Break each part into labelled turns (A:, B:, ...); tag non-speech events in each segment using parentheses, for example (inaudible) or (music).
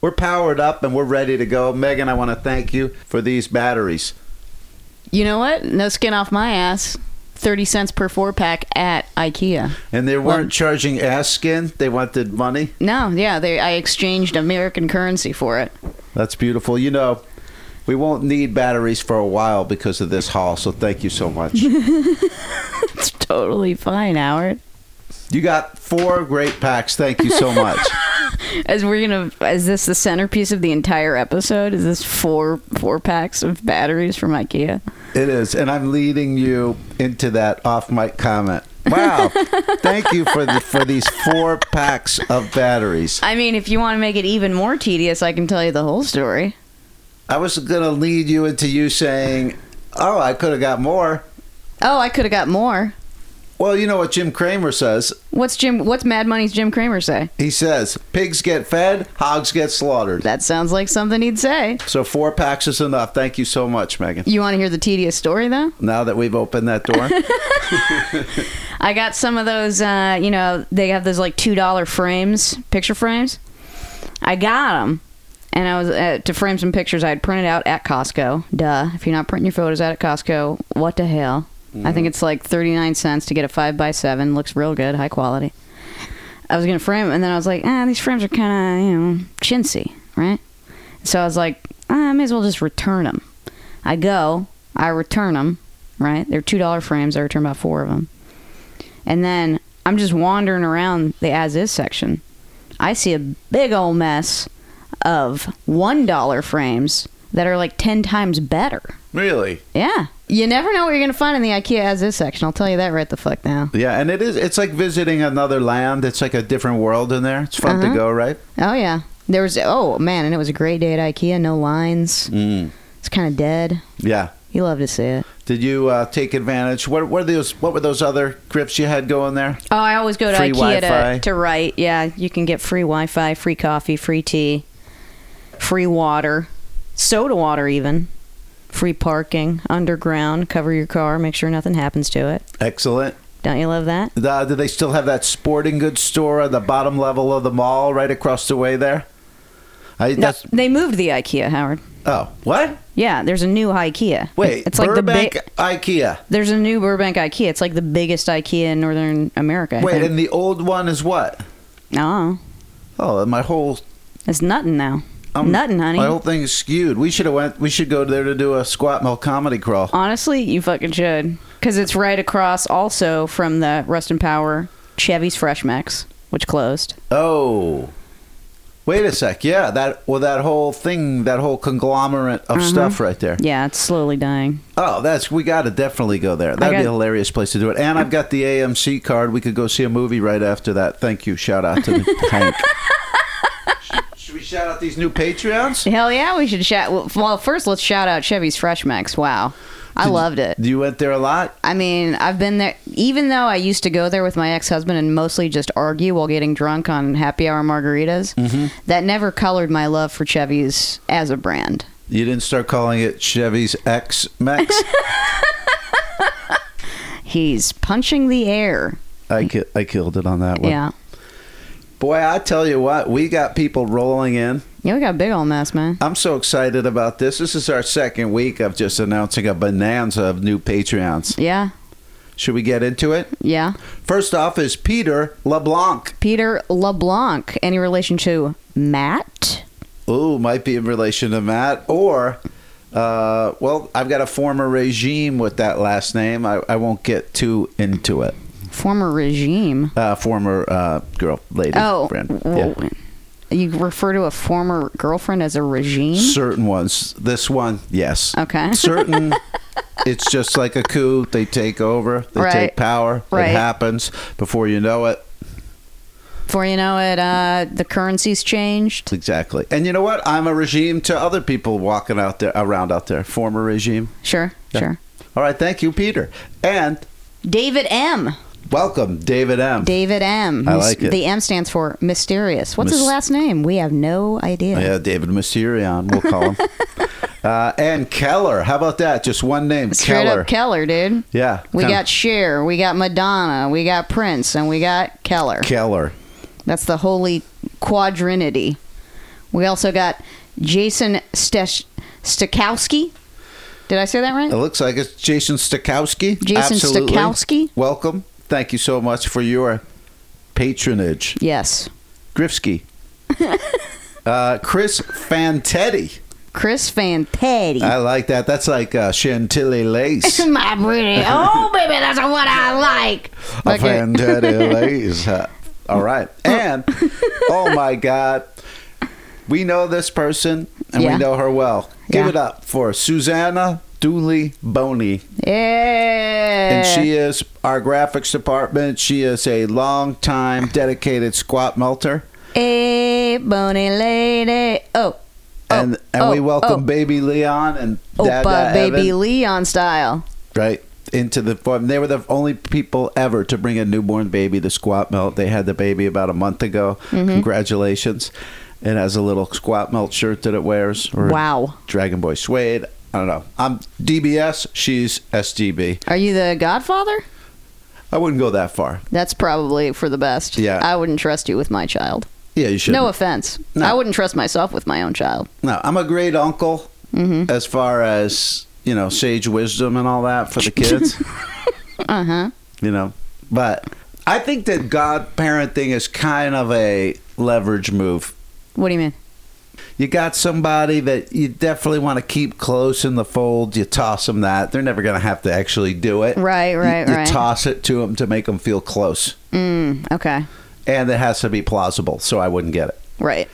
A: we're powered up and we're ready to go. Megan, I want to thank you for these batteries.
B: You know what? No skin off my ass. 30 cents per four pack at IKEA.
A: And they weren't charging ass skin. They wanted money.
B: No, yeah, they I exchanged American currency for it.
A: That's beautiful. You know, we won't need batteries for a while because of this haul. So thank you so much.
B: It's totally fine, Howard.
A: you got four great packs. Thank you so much.
B: As we're gonna, is this the centerpiece of the entire episode? Is this four four packs of batteries from IKEA?
A: It is, and I'm leading you into that off mic comment. Wow! Thank you for the, for these four packs of batteries.
B: I mean, if you want to make it even more tedious, I can tell you the whole story.
A: I was gonna lead you into you saying, "Oh, I could have got more."
B: Oh, I could have got more.
A: Well, you know what Jim Cramer says.
B: What's Jim? What's Mad Money's Jim Cramer say?
A: He says, "Pigs get fed, hogs get slaughtered."
B: That sounds like something he'd say.
A: So four packs is enough. Thank you so much, Megan.
B: You want to hear the tedious story though?
A: Now that we've opened that
B: (laughs)
A: door,
B: I got some of those. Uh, you know, they have those like two dollar frames, picture frames. I got them, and I was uh, to frame some pictures I had printed out at Costco. Duh, if you're not printing your photos out at Costco, what the hell? I think it's like thirty nine cents to get a five by seven. Looks real good, high quality. I was gonna frame, 'em, and then I was like, ah, these frames are kind of you know chintzy, right? So I was like, ah, I may as well just return them. I go, I return them, right? They're two dollar frames. I return about four of them. And then I'm just wandering around the as is section. I see a big old mess of $1 frames that are like 10 times better.
A: really,
B: Yeah. You never know what you're going to find in the IKEA as is section. I'll tell you that right the fuck now.
A: yeah, and it is. It's like visiting another land. It's like a different world in there. It's fun to go, right?
B: Oh, yeah. There was, oh man, and it was a great day at IKEA. No lines.
A: Mm.
B: It's kind of dead.
A: Yeah.
B: You love to see it.
A: Did you uh, take advantage? What were those? What were those other grips you had going there?
B: Oh, I always go to
A: Free
B: IKEA
A: Wi-Fi.
B: to, to write. Yeah, you can get free Wi Fi, free coffee, free tea, free water, soda water, even free parking, underground. Cover your car, make sure nothing happens to it.
A: Excellent.
B: Don't you love that?
A: Uh, do they still have that sporting goods store on the bottom level of the mall, right across the way there? I,
B: No,
A: that's
B: they moved the IKEA, Howard.
A: oh what?
B: Yeah, there's a new IKEA.
A: Wait,
B: it's like
A: Burbank
B: the big.
A: IKEA.
B: There's a new Burbank IKEA. It's like the biggest IKEA in Northern America. I
A: Wait,
B: think.
A: and the old one is what?
B: no,
A: Oh, my whole
B: it's nothing now. nothing, honey.
A: My whole thing is skewed. We should have went. We should go there to do a squat mill comedy crawl.
B: Honestly, you fucking should. Because it's right across also from the Rust and Power Chevy's Fresh Max, which closed.
A: Oh, wait a sec. Yeah, that well, that whole thing, that whole conglomerate of
B: Mm-hmm.
A: stuff right there.
B: Yeah, it's slowly dying.
A: Oh, that's we got to definitely go there. That'd
B: got-
A: be a hilarious place to do it. And I've got the AMC card. We could go see a movie right after that. Thank you. Shout out to
B: (laughs)
A: the Hank. Sh- Should we shout out these new Patreons?
B: Hell yeah, we should shout. Well, well, first, let's shout out Chevy's Fresh Max. Wow. I loved it.
A: You went there a lot.
B: I mean, I've been there, even though I used to go there with my ex husband and mostly just argue while getting drunk on happy hour margaritas. That never colored my love for Chevy's as a brand.
A: You didn't start calling it Chevy's X
B: (laughs)
A: Max.
B: He's punching the air.
A: I, ki- I killed it on that one.
B: Yeah.
A: Boy, I tell you what, we got people rolling in.
B: Yeah, we got a big old mess, man.
A: I'm so excited about this. This is our second week of just announcing a bonanza of new Patreons.
B: Yeah.
A: Should we get into it?
B: Yeah.
A: First off is Peter LeBlanc.
B: Peter LeBlanc. Any relation to Matt?
A: Ooh, might be in relation to Matt. Or, uh, well, I've got a former regime with that last name. I, I won't get too into it.
B: Former regime.
A: Uh, former uh, girl, lady,
B: Oh.
A: friend.
B: w-
A: Yeah.
B: You refer to a former girlfriend as a regime?
A: Certain ones. This one, yes.
B: Mm-hmm. (laughs) Okay.
A: Certain. it's just like a coup. They take over. They take
B: Right.
A: power.
B: Right.
A: It happens before you know it.
B: Before you know it, uh, the currency's changed.
A: Exactly. And you know what? I'm a regime to other people walking out there around out there. Former regime.
B: Sure, sure.
A: All right, thank you, Peter. And
B: David M.
A: welcome, David M.
B: David M.
A: I
B: Mis-
A: like it.
B: The M stands for mysterious. What's his
A: Mys-
B: last name? We have no idea.
A: Oh, yeah, David Mysterion, we'll call
B: (laughs)
A: him. uh, and Keller. How about that? Just one name,
B: Straight
A: Keller.
B: up Keller, dude.
A: yeah.
B: We
A: kinda-
B: got Cher, we got Madonna, we got Prince, and we got Keller.
A: Keller.
B: That's the holy quadrinity. We also got Jason Stesh- Stakowski. Did I say that right?
A: It looks like it's Jason Stakowski.
B: Jason
A: Absolutely.
B: Stakowski?
A: Welcome. Thank you so much for your patronage.
B: Yes.
A: Grifsky.
B: (laughs)
A: uh, Chris Fantetti.
B: Chris Fantetti.
A: I like that. That's like uh, Chantilly
B: (laughs)
A: lace.
B: my
A: (laughs)
B: pretty. Oh, baby, that's what I like.
A: A
B: Look at- (laughs)
A: Fantetti lace. Uh, All right. And, oh my God, we know this person and
B: Yeah.
A: we know her well. Give
B: Yeah.
A: it up for Susanna Dooley Boney.
B: Yeah.
A: and she is our graphics department. She is a long time dedicated squat melter.
B: Hey, bony lady. Oh. Oh,
A: and and we
B: oh,
A: welcome
B: oh.
A: baby Leon and Dada
B: Opa Baby
A: Evan,
B: Leon style.
A: right into the form. They were the only people ever to bring a newborn baby to squat melt. They had the baby about a month ago.
B: Mm-hmm.
A: Congratulations! It has a little squat melt shirt that it wears. Or
B: Wow.
A: Dragon Boy suede. I don't know. I'm DBS. She's SDB.
B: Are you the godfather?
A: I wouldn't go that far.
B: That's probably for the best.
A: Yeah.
B: I wouldn't trust you with my child.
A: Yeah, you should.
B: No offense.
A: No.
B: I wouldn't trust myself with my own child.
A: No, I'm a great uncle
B: Mm-hmm.
A: as far as, you know, sage wisdom and all that for the
B: (laughs)
A: kids.
B: Uh huh.
A: you know, but I think that godparenting is kind of a leverage move.
B: What do you mean?
A: You got somebody that you definitely want to keep close in the fold. You toss them that. They're never going to have to actually do it.
B: Right,
A: You-
B: right,
A: you
B: right.
A: toss it to them to make them feel close.
B: Mm, okay.
A: And it has to be plausible, so I wouldn't get it.
B: Right.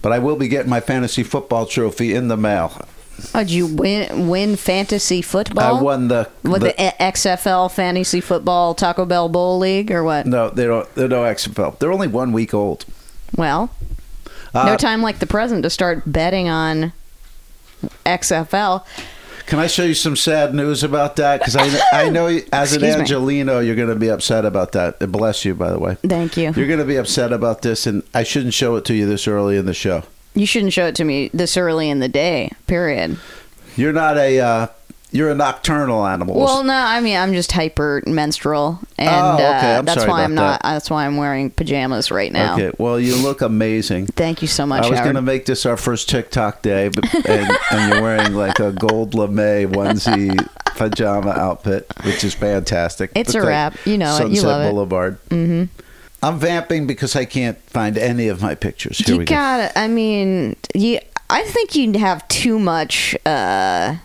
A: But I will be getting my fantasy football trophy in the mail.
B: Oh, did you win win fantasy football?
A: I won the
B: What the, XFL fantasy football Taco Bell Bowl League or what?
A: No, they don't. They're no XFL. They're only one week old.
B: Well,
A: Uh,
B: no time like the present to start betting on XFL.
A: Can I show you some sad news about that? Because I, I know you- as an
B: Excuse me.
A: Angelino, you're going to be upset about that. And bless you, by the way.
B: Thank you.
A: You're going to be upset about this, and I shouldn't show it to you this early in the show.
B: You shouldn't show it to me this early in the day. Period.
A: You're not a. Uh, you're a nocturnal animal.
B: Well, no, I mean I'm just hyper menstrual, and
A: Oh, okay.
B: uh,
A: I'm
B: that's
A: sorry
B: why I'm
A: about
B: not. That's why I'm wearing pajamas right now.
A: Okay. Well, you look amazing.
B: Thank you so much,
A: I was
B: Howard.
A: going to make this our first TikTok day, but, and, and you're wearing like a gold lame onesie pajama outfit, which is fantastic.
B: It's
A: But
B: a
A: thank-
B: wrap. You know it.
A: Sunset
B: You love it.
A: Boulevard. Mm-hmm. I'm vamping because I can't find any of my pictures. Here
B: you
A: we go.
B: gotta. I mean, you. I think you have too much uh,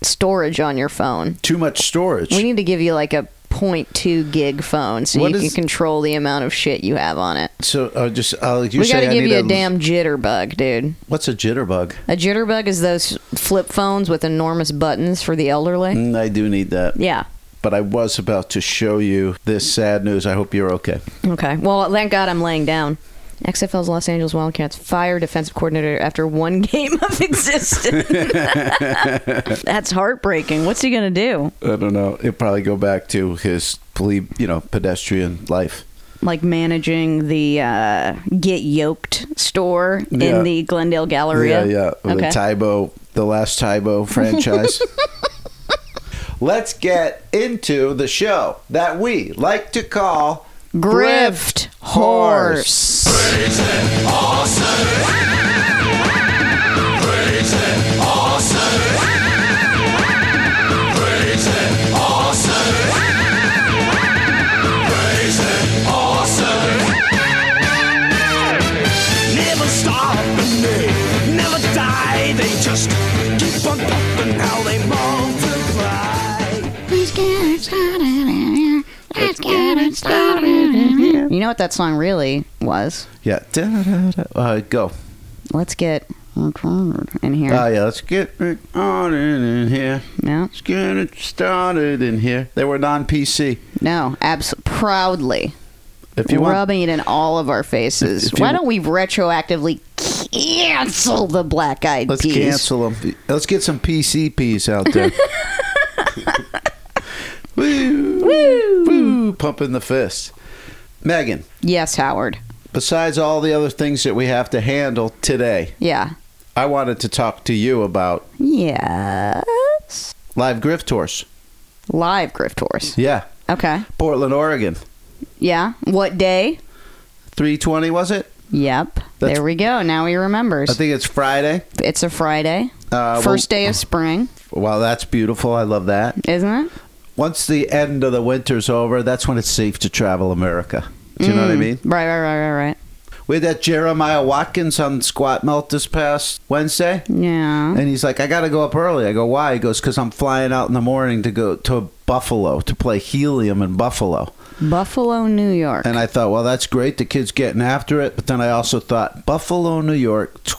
B: storage on your phone.
A: Too much storage.
B: We need to give you like a 0.2 gig phone so
A: What
B: you
A: is-
B: can control the amount of shit you have on it.
A: so uh, just uh, you
B: we
A: say
B: got to
A: I
B: give
A: need
B: you a damn jitterbug, dude.
A: What's a jitterbug?
B: A jitterbug is those flip phones with enormous buttons for the elderly.
A: Mm, I do need that.
B: Yeah.
A: But I was about to show you this sad news. I hope you're okay.
B: Okay. Well, thank God I'm laying down. XFL's Los Angeles Wildcats fire defensive coordinator after one (laughs) game of existence. (laughs) That's heartbreaking. What's he going to do?
A: I don't know. It'll probably go back to his, plebe- you know, pedestrian life.
B: Like managing the uh, Get Yoked store
A: Yeah.
B: in the Glendale Galleria.
A: Yeah, yeah. The
B: Okay.
A: Tybo, the last Tybo
B: (laughs)
A: franchise. Let's get into the show that we like to call
B: Grift Horse.
C: Never stop and they never die. They just keep on pumping how they multiply.
D: Let's get it started. Let's get it started.
B: You know what that song really was?
A: Yeah. Da-da-da-da. Uh, go.
B: Let's get in here.
A: Oh, yeah. Let's get it on in here.
B: no,
A: Let's get it started in here. They were non PC.
B: no, abs- proudly
A: If you want.
B: rubbing it in all of our faces.
A: If- if you-
B: Why don't we retroactively cancel the Black Eyed
A: Let's
B: Peas?
A: cancel them. Let's get some PCPs out
B: (laughs)
A: there. woo, woo, woo, pumping the fist. Megan,
B: Yes, Howard.
A: besides all the other things that we have to handle today,
B: Yeah.
A: I wanted to talk to you about
B: Yes.
A: live grift tours.
B: Live Grift Horse.
A: Yeah,
B: Okay.
A: Portland, Oregon,
B: Yeah. What day?
A: three twenty was it?
B: Yep.
A: That's-
B: there we go. Now he remembers.
A: I think it's Friday.
B: it's a Friday.
A: Uh,
B: First day of spring,
A: Wow, that's beautiful. I love that.
B: isn't it?
A: Once the end of the winter's over, that's when it's safe to travel America. Do you know what I mean?
B: Hmm. Right, right, right, right, right.
A: We had that Jeremiah Watkins on Squat Melt this past Wednesday.
B: Yeah.
A: And he's like, I got to go up early. I go, why? He goes, because I'm flying out in the morning to go to Buffalo to play helium in Buffalo.
B: Buffalo, New York.
A: And I thought, well, that's great. The kid's getting after it. But then I also thought, Buffalo, New York, t-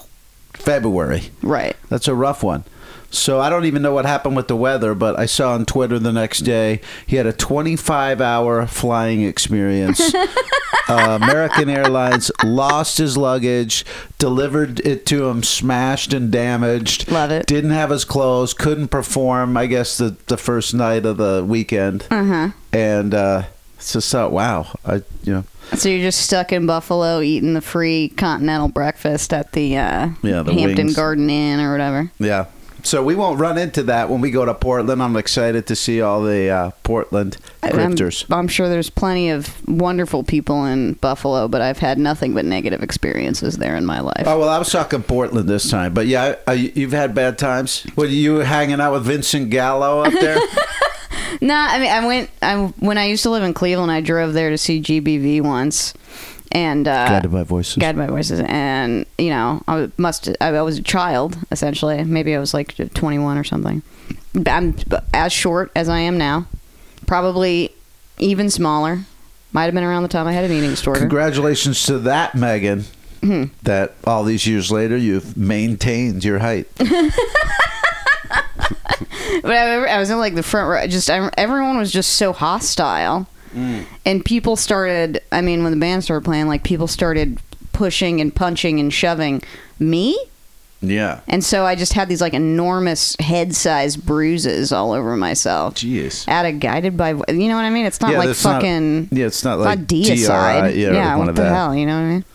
A: February.
B: right.
A: That's a rough one. So I don't even know what happened with the weather, but I saw on Twitter the next day he had a 25 hour flying
B: (laughs)
A: experience. uh, American Airlines lost his luggage, delivered it to him smashed and damaged.
B: Love it.
A: Didn't have his clothes, couldn't perform, I guess, the, the first night of the weekend. Uh-huh. And uh, it's just, uh, wow. I, you know,
B: So you're just stuck in Buffalo eating the free continental breakfast at the, uh,
A: Yeah, the
B: Hampton
A: wings.
B: Garden Inn or whatever.
A: Yeah. So we won't run into that when we go to Portland. I'm excited to see all the uh, Portland
B: I'm,
A: grifters.
B: I'm sure there's plenty of wonderful people in Buffalo, but I've had nothing but negative experiences there in my life.
A: Oh well, I was talking Portland this time, but yeah, I, I, you've had bad times. Were you hanging out with Vincent Gallo up
B: (laughs)
A: there?
B: No, I mean I went I when I used to live in Cleveland, I drove there to see GBV once, and uh,
A: Guided by Voices.
B: Guided by voices, and you know I was- must I, I was a child essentially. Maybe I was like 21 or something. But I'm as short as I am now, probably even smaller. Might have been around the time I had an eating disorder.
A: Congratulations to that, Megan.
B: Hmm.
A: That all these years later, you've maintained your
B: (laughs)
A: height.
B: But I, remember- I was in like the front row. Just I, everyone was just so hostile,
A: Mm.
B: and people started. I mean, when the band started playing, like people started pushing and punching and shoving me,
A: Yeah.
B: and so I just had these like enormous head-sized bruises all over myself.
A: Jeez.
B: At a guided by, you know what I mean? It's not
A: Yeah,
B: like
A: that's not-
B: fucking.
A: yeah, it's not like
B: deicide.
A: DRI, yeah, or one
B: what
A: of
B: the
A: that.
B: hell? You know what I mean?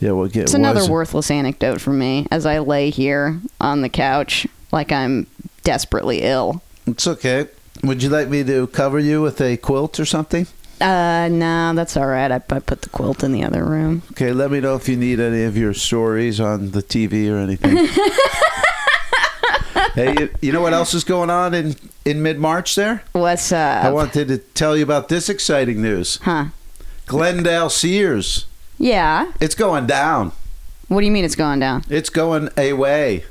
A: Yeah. Well, get
B: It's another worthless anecdote for me as I lay here on the couch like I'm desperately ill.
A: It's okay. Would you like me to cover you with a quilt or something?
B: Uh, no, that's all right. I, I put the quilt in the other room.
A: Okay, let me know if you need any of your stories on the TV or
B: (laughs)
A: anything. hey, you, you know what else is going on in, in mid March there?
B: What's up?
A: I wanted to tell you about this exciting news
B: huh?
A: Glendale Sears.
B: Yeah.
A: It's going down,
B: What do you mean it's going down?
A: it's going away.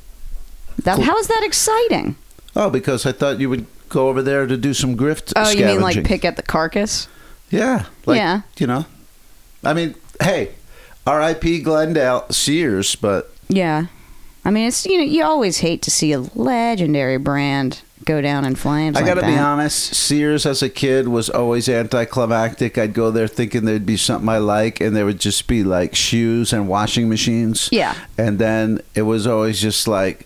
B: That how is that exciting?
A: Oh, because I thought you would go over there to do some grift
B: Oh, you
A: scavenging.
B: mean like pick at the carcass?
A: Yeah. Like,
B: Yeah.
A: You know, I mean, hey, RIP Glendale Sears, but
B: Yeah. I mean, it's you know you always hate to see a legendary brand go down in flames.
A: I
B: like
A: got to be
B: that.
A: honest. Sears as a kid was always anticlimactic. I'd go there thinking there'd be something I like, and there would just be like shoes and washing machines.
B: Yeah.
A: And then it was always just like,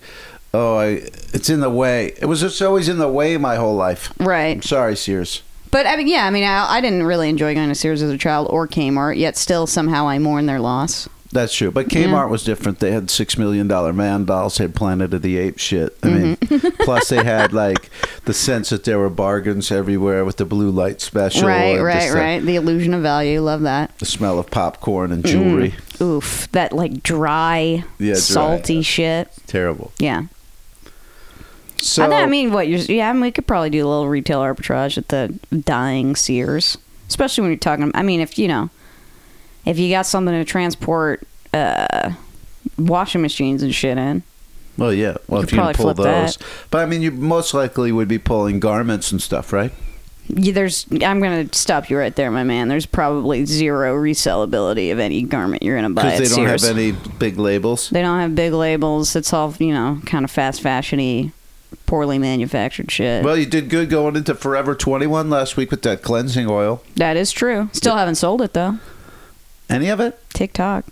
A: oh, I, it's in the way. It was just always in the way my whole life. I'm
B: Right.
A: sorry, Sears.
B: But I mean, yeah. I mean, I, I didn't really enjoy going to Sears as a child or Kmart. Yet still, somehow I mourn their loss.
A: That's true. But Kmart was different. They had six million dollar man dolls. They had Planet of the Apes shit. I mean,
B: Mm-hmm. (laughs)
A: plus they had like the sense that there were bargains everywhere with the blue light special.
B: right.
A: and
B: Right.
A: just the-
B: Right. The illusion of value. Love that.
A: The smell of popcorn and jewelry.
B: Oof, that like dry,
A: Yeah, dry,
B: salty
A: yeah.
B: shit.
A: Terrible.
B: Yeah.
A: So
B: I, I mean, what you're, yeah, I mean, we could probably do a little retail arbitrage at the dying Sears, especially when you're talking. I mean, if you know, if you got something to transport uh, washing machines and shit in,
A: well, yeah. Well,
B: You
A: if you can
B: probably
A: pull
B: flip that.
A: those, but I mean, you most likely would be pulling garments and stuff, right?
B: you, there's, I'm gonna stop you right there, my man. There's probably zero resellability of any garment you're gonna buy
A: Because they
B: at
A: don't
B: Sears.
A: have any big labels.
B: They don't have big labels. It's all you know, kind of fast fashiony, poorly manufactured shit.
A: Well, you did good going into Forever 21 last week with that cleansing oil.
B: That is true. Still haven't sold it though.
A: Any of it?
B: TikTok.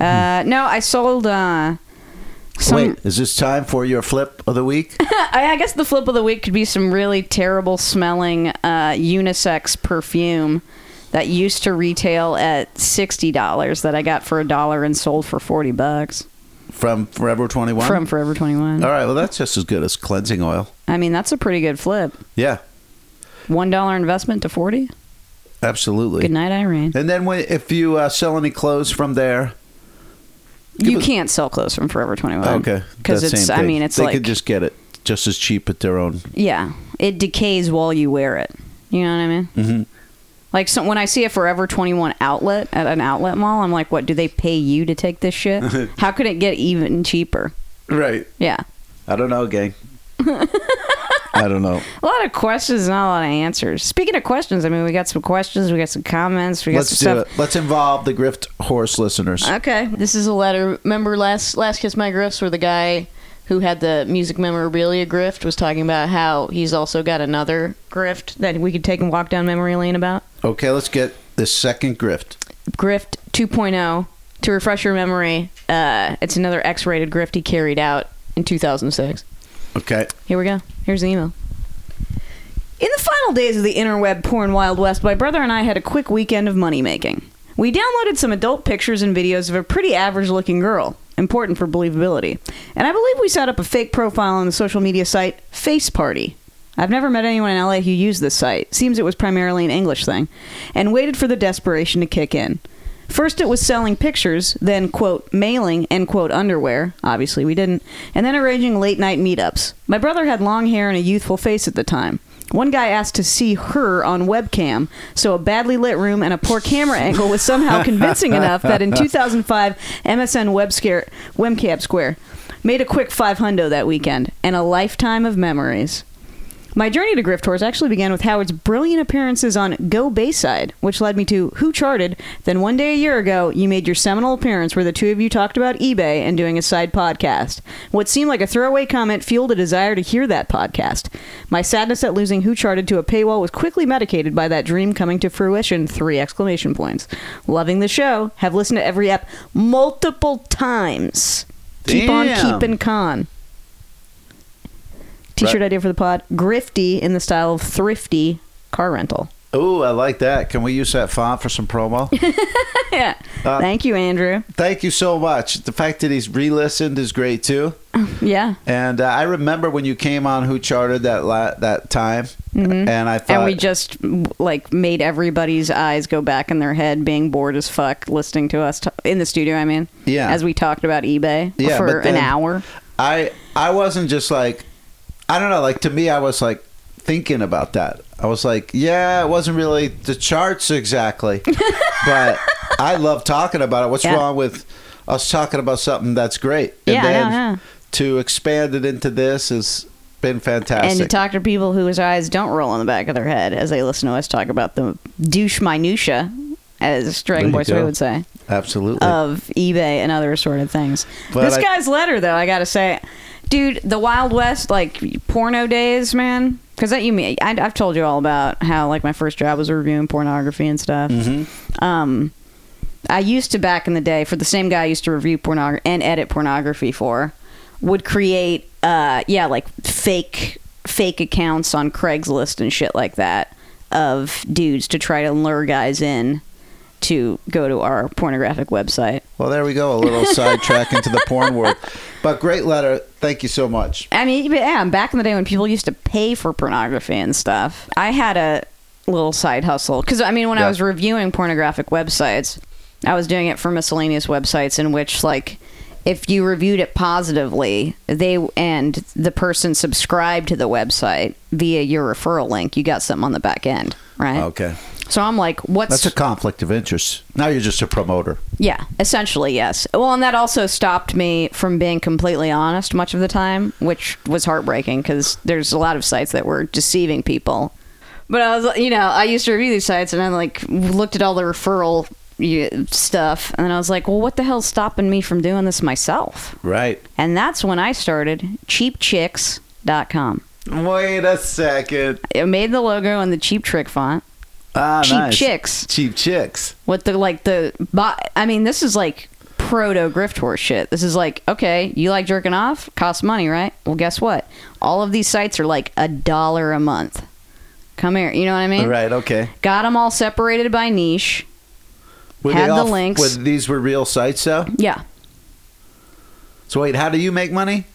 B: Uh, no, I sold. Uh, some,
A: Hmm. Wait, is this time for your flip of the week?
B: (laughs) I, I guess the flip of the week could be some really terrible smelling uh, unisex perfume that used to retail at sixty dollars that I got for a dollar and sold for forty bucks
A: From Forever 21?
B: from Forever Twenty One.
A: All right, well, that's just as good as cleansing oil.
B: I mean, that's a pretty good flip.
A: Yeah.
B: One dollar investment to forty.
A: Absolutely.
B: Good night, Irene.
A: And then when, if you uh, sell any clothes from there,
B: You
A: us-
B: can't sell clothes from Forever 21.
A: okay,
B: Because
A: that
B: Um, it's,
A: same
B: I
A: thing.
B: mean, it's
A: they
B: like,
A: could just get it just as cheap at their own.
B: yeah, it decays while you wear it. You know what I mean? Mm-hmm. Like, so when I see a Forever 21 outlet at an outlet mall, I'm like, what, do they pay you to take
A: (laughs)
B: this shit? How could it get even cheaper?
A: Right.
B: Yeah.
A: I don't know,
B: (laughs)
A: gang. I don't know.
B: A lot of questions, not a lot of answers. Speaking of questions, I mean, we got some questions, we got some comments, we got
A: Let's do
B: some stuff. Uh,
A: it. Let's involve the grift horse listeners.
E: Okay. This is a letter. Remember last last Kiss My Grifts where the guy who had the music memorabilia grift was talking about how he's also got another grift
B: that we could take and walk down memory lane about?
A: okay, let's get the second grift.
B: Grift oh, 2.0.
E: to refresh your memory. Uh, it's another X-rated grift he carried out in 2006.
A: Okay.
E: Here we go. Here's the email.
B: In the final days of the interweb porn Wild West, my brother and I had a quick weekend of money making. We downloaded some adult pictures and videos of a pretty average looking girl, important for believability. And I believe we set up a fake profile on the social media site Face Party. I've never met anyone in LA who used this site. Seems it was primarily an English thing. And waited for the desperation to kick in. First, it was selling pictures, then, quote, mailing, end quote, underwear. Obviously, we didn't. And then arranging late night meetups. My brother had long hair and a youthful face at the time. One guy asked to see her on webcam, so a badly lit room and a poor camera angle was somehow convincing enough that in 2005, MSN Web Scare, Webcam Square made a quick five hundo that weekend and a lifetime of memories. My journey to Grift Tours actually began with Howard's brilliant appearances on Go Bayside, which led me to Who Charted. Then one day a year ago, you made your seminal appearance where the two of you talked about eBay and doing a side podcast. What seemed like a throwaway comment fueled a desire to hear that podcast. My sadness at losing Who Charted to a paywall was quickly medicated by that dream coming to fruition. Three exclamation points. Loving the show. Have listened to every app multiple times. Keep
A: Damn.
B: on keeping con. T-shirt
A: Right.
B: idea for the pod: grifty in the style of thrifty car rental.
A: Ooh, I like that. Can we use that font for some promo?
B: (laughs)
A: Uh,
B: Yeah. Thank you, Andrew.
A: Thank you so much. The fact that he's re-listened is great too.
B: Yeah.
A: And uh, I remember when you came on Who Charted that la- that time, and I thought
B: Mm-hmm. and we just like made everybody's eyes go back in their head, being bored as fuck, listening to us t- in the studio. I mean,
A: Yeah.
B: as we talked about eBay
A: Yeah, but
B: for
A: then-
B: an hour.
A: I I wasn't just like I don't know like to me I was like thinking about that. I was like, yeah, it wasn't really the charts
B: (laughs)
A: exactly, but I love talking about it. What's
B: Yeah.
A: wrong with us talking about something that's great? And
B: Yeah, I know,
A: then
B: yeah.
A: to expand it into this has been fantastic.
B: And to talk to people whose eyes don't roll in the back of their head as they listen to us talk about the douche minutia, as
A: There
B: Dragon
A: you
B: Boy Sway
A: go.
B: would say.
A: Absolutely.
B: of eBay and other assorted things.
A: But
B: this
A: I-
B: guy's letter, though, I gotta say, dude, the Wild West, like porno days, man. Because that you mean I, I've told you all about how like my first job was reviewing pornography and stuff.
A: Mm-hmm.
B: Um, I used to back in the day for the same guy I used to review pornography and edit pornography for would create uh yeah like fake fake accounts on Craigslist and shit like that of dudes to try to lure guys in to go to our pornographic website.
A: well, there we go. A little sidetrack into the porn
B: (laughs)
A: world, but great letter. Thank you so much.
B: I mean, yeah, back in the day when people used to pay for pornography and stuff, I had a little side hustle. Because, I mean, when I
A: Yeah.
B: was reviewing pornographic websites, I was doing it for miscellaneous websites in which, like, if you reviewed it positively, they and the person subscribed to the website via your referral link, you got something on the back end, right?
A: Okay.
B: So I'm like, what's
A: That's a conflict of interest. Now you're just a promoter.
B: Yeah, essentially, yes. Well, and that also stopped me from being completely honest much of the time, which was heartbreaking because there's a lot of sites that were deceiving people. But I was, you know, I used to review these sites and I like looked at all the referral you- stuff and I was like, well, what the hell's stopping me from doing this myself?
A: Right.
B: And that's when I started cheapchicks.com.
A: Wait a second.
B: It made the logo in the cheap trick font.
A: Ah,
B: Cheap
A: nice.
B: chicks.
A: Cheap chicks.
B: with the like the bo- I mean, this is like proto grift horse shit. This is like, okay, you like jerking off? Costs money, right? Well, guess what? All of these sites are like a dollar a month. Come here, you know what I mean?
A: Right. Okay.
B: Got them all separated by niche.
A: Were
B: Had
A: they
B: the
A: all-
B: links.
A: Were, these were real sites, though.
B: Yeah.
A: So wait, how do you make money?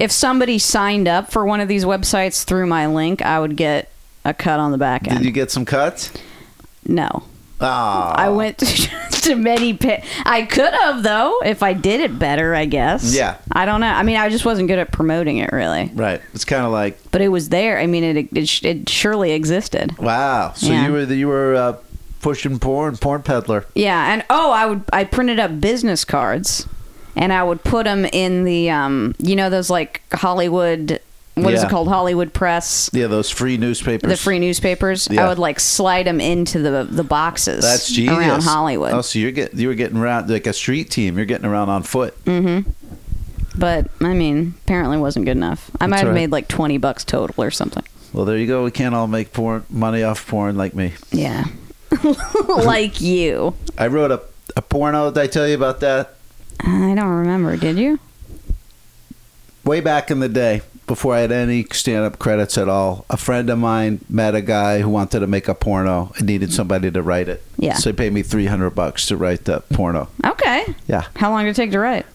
B: If somebody signed up for one of these websites through my link, I would get a cut on the back end.
A: Did you get some cuts?
B: No.
A: Ah,
B: I went (laughs) to many pit. I could have though if I did it better, I guess.
A: Yeah.
B: I don't know. I mean, I just wasn't good at promoting it really,
A: right. It's kind of like
B: but it was there. I mean, it it, sh- it surely existed.
A: wow. So
B: Yeah.
A: you were the, you were uh, pushing porn, porn peddler.
B: Yeah, and oh, I would I printed up business cards, and I would put them in the um, you know, those like Hollywood. what is
A: Yeah.
B: it called? Hollywood Press.
A: Yeah, those free newspapers.
B: The free newspapers.
A: Yeah.
B: I would like slide them into the the boxes
A: That's genius.
B: around Hollywood.
A: Oh, so you're get you were getting around like a street team. You're getting around on foot.
B: Mm. But I mean, apparently wasn't good enough. I might
A: That's
B: have
A: all right.
B: made like twenty bucks total or something.
A: Well, there you go. We can't all make porn money off porn like me.
B: Yeah. (laughs) like you.
A: I wrote a a porno. Did I tell you about that?
B: I don't remember, did you?
A: way back in the day before I had any stand up credits at all, a friend of mine met a guy who wanted to make a porno and needed somebody to write it.
B: Yeah.
A: So he paid me 300 bucks to write the porno.
B: Okay.
A: Yeah.
B: How long did it take to write?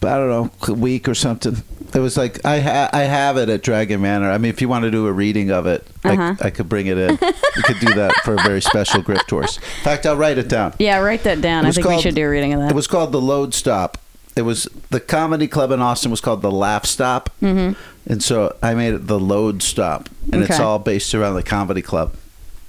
A: But I don't know, a week or something. It was like, I, ha- I have it at Dragon Manor. I mean, if you want to do a reading of it,
B: Uh-huh.
A: I, I could bring it in. we could do that for a very special grip tours. In fact, I'll write it down.
B: Yeah, write that down.
A: It
B: I
A: was
B: think we
A: called-
B: should do a reading of that.
A: It was called the Load Stop. It was the comedy club in Austin was called the Laugh Stop, mm-hmm. and so I made it the Load Stop, and it's
B: Okay.
A: all based around the comedy club.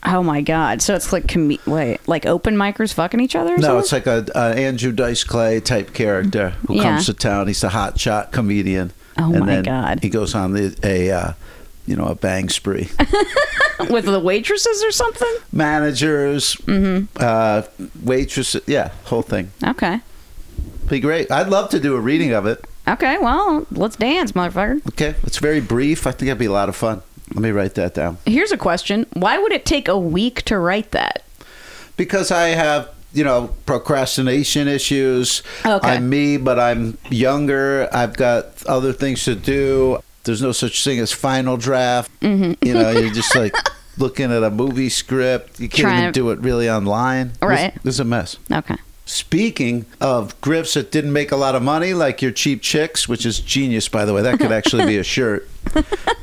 B: oh my god. So it's like com- wait, like open micers fucking each other or
A: No,
B: something?
A: it's like a, a Andrew Dice Clay type character who
B: Yeah.
A: comes to town. He's a hot shot comedian.
B: Oh
A: and
B: my
A: then
B: God.
A: He goes on the, a uh, you know a bang
B: (laughs)
A: spree.
B: With the waitresses or something?
A: Managers,
B: Mm-hmm.
A: uh, waitresses, yeah, whole thing.
B: Okay.
A: Be great. I'd love to do a reading of it.
B: Okay, well, let's dance, motherfucker.
A: Okay, it's very brief. I think that'd be a lot of fun. Let me write that down.
B: Here's a question. Why would it take a week to write that?
A: because I have you know procrastination issues.
B: Okay.
A: I'm me, but I'm younger. I've got other things to do. There's no such thing as final draft.
B: Mm-hmm.
A: You know, you're
B: (laughs)
A: just like looking at a movie script. You can't
B: Trying
A: even
B: to-
A: do it really online. This-
B: Right.
A: This, is a mess.
B: Okay.
A: Speaking of grips that didn't make a lot of money, like your cheap chicks, which is genius, by the way. That could actually be a
B: (laughs)
A: shirt.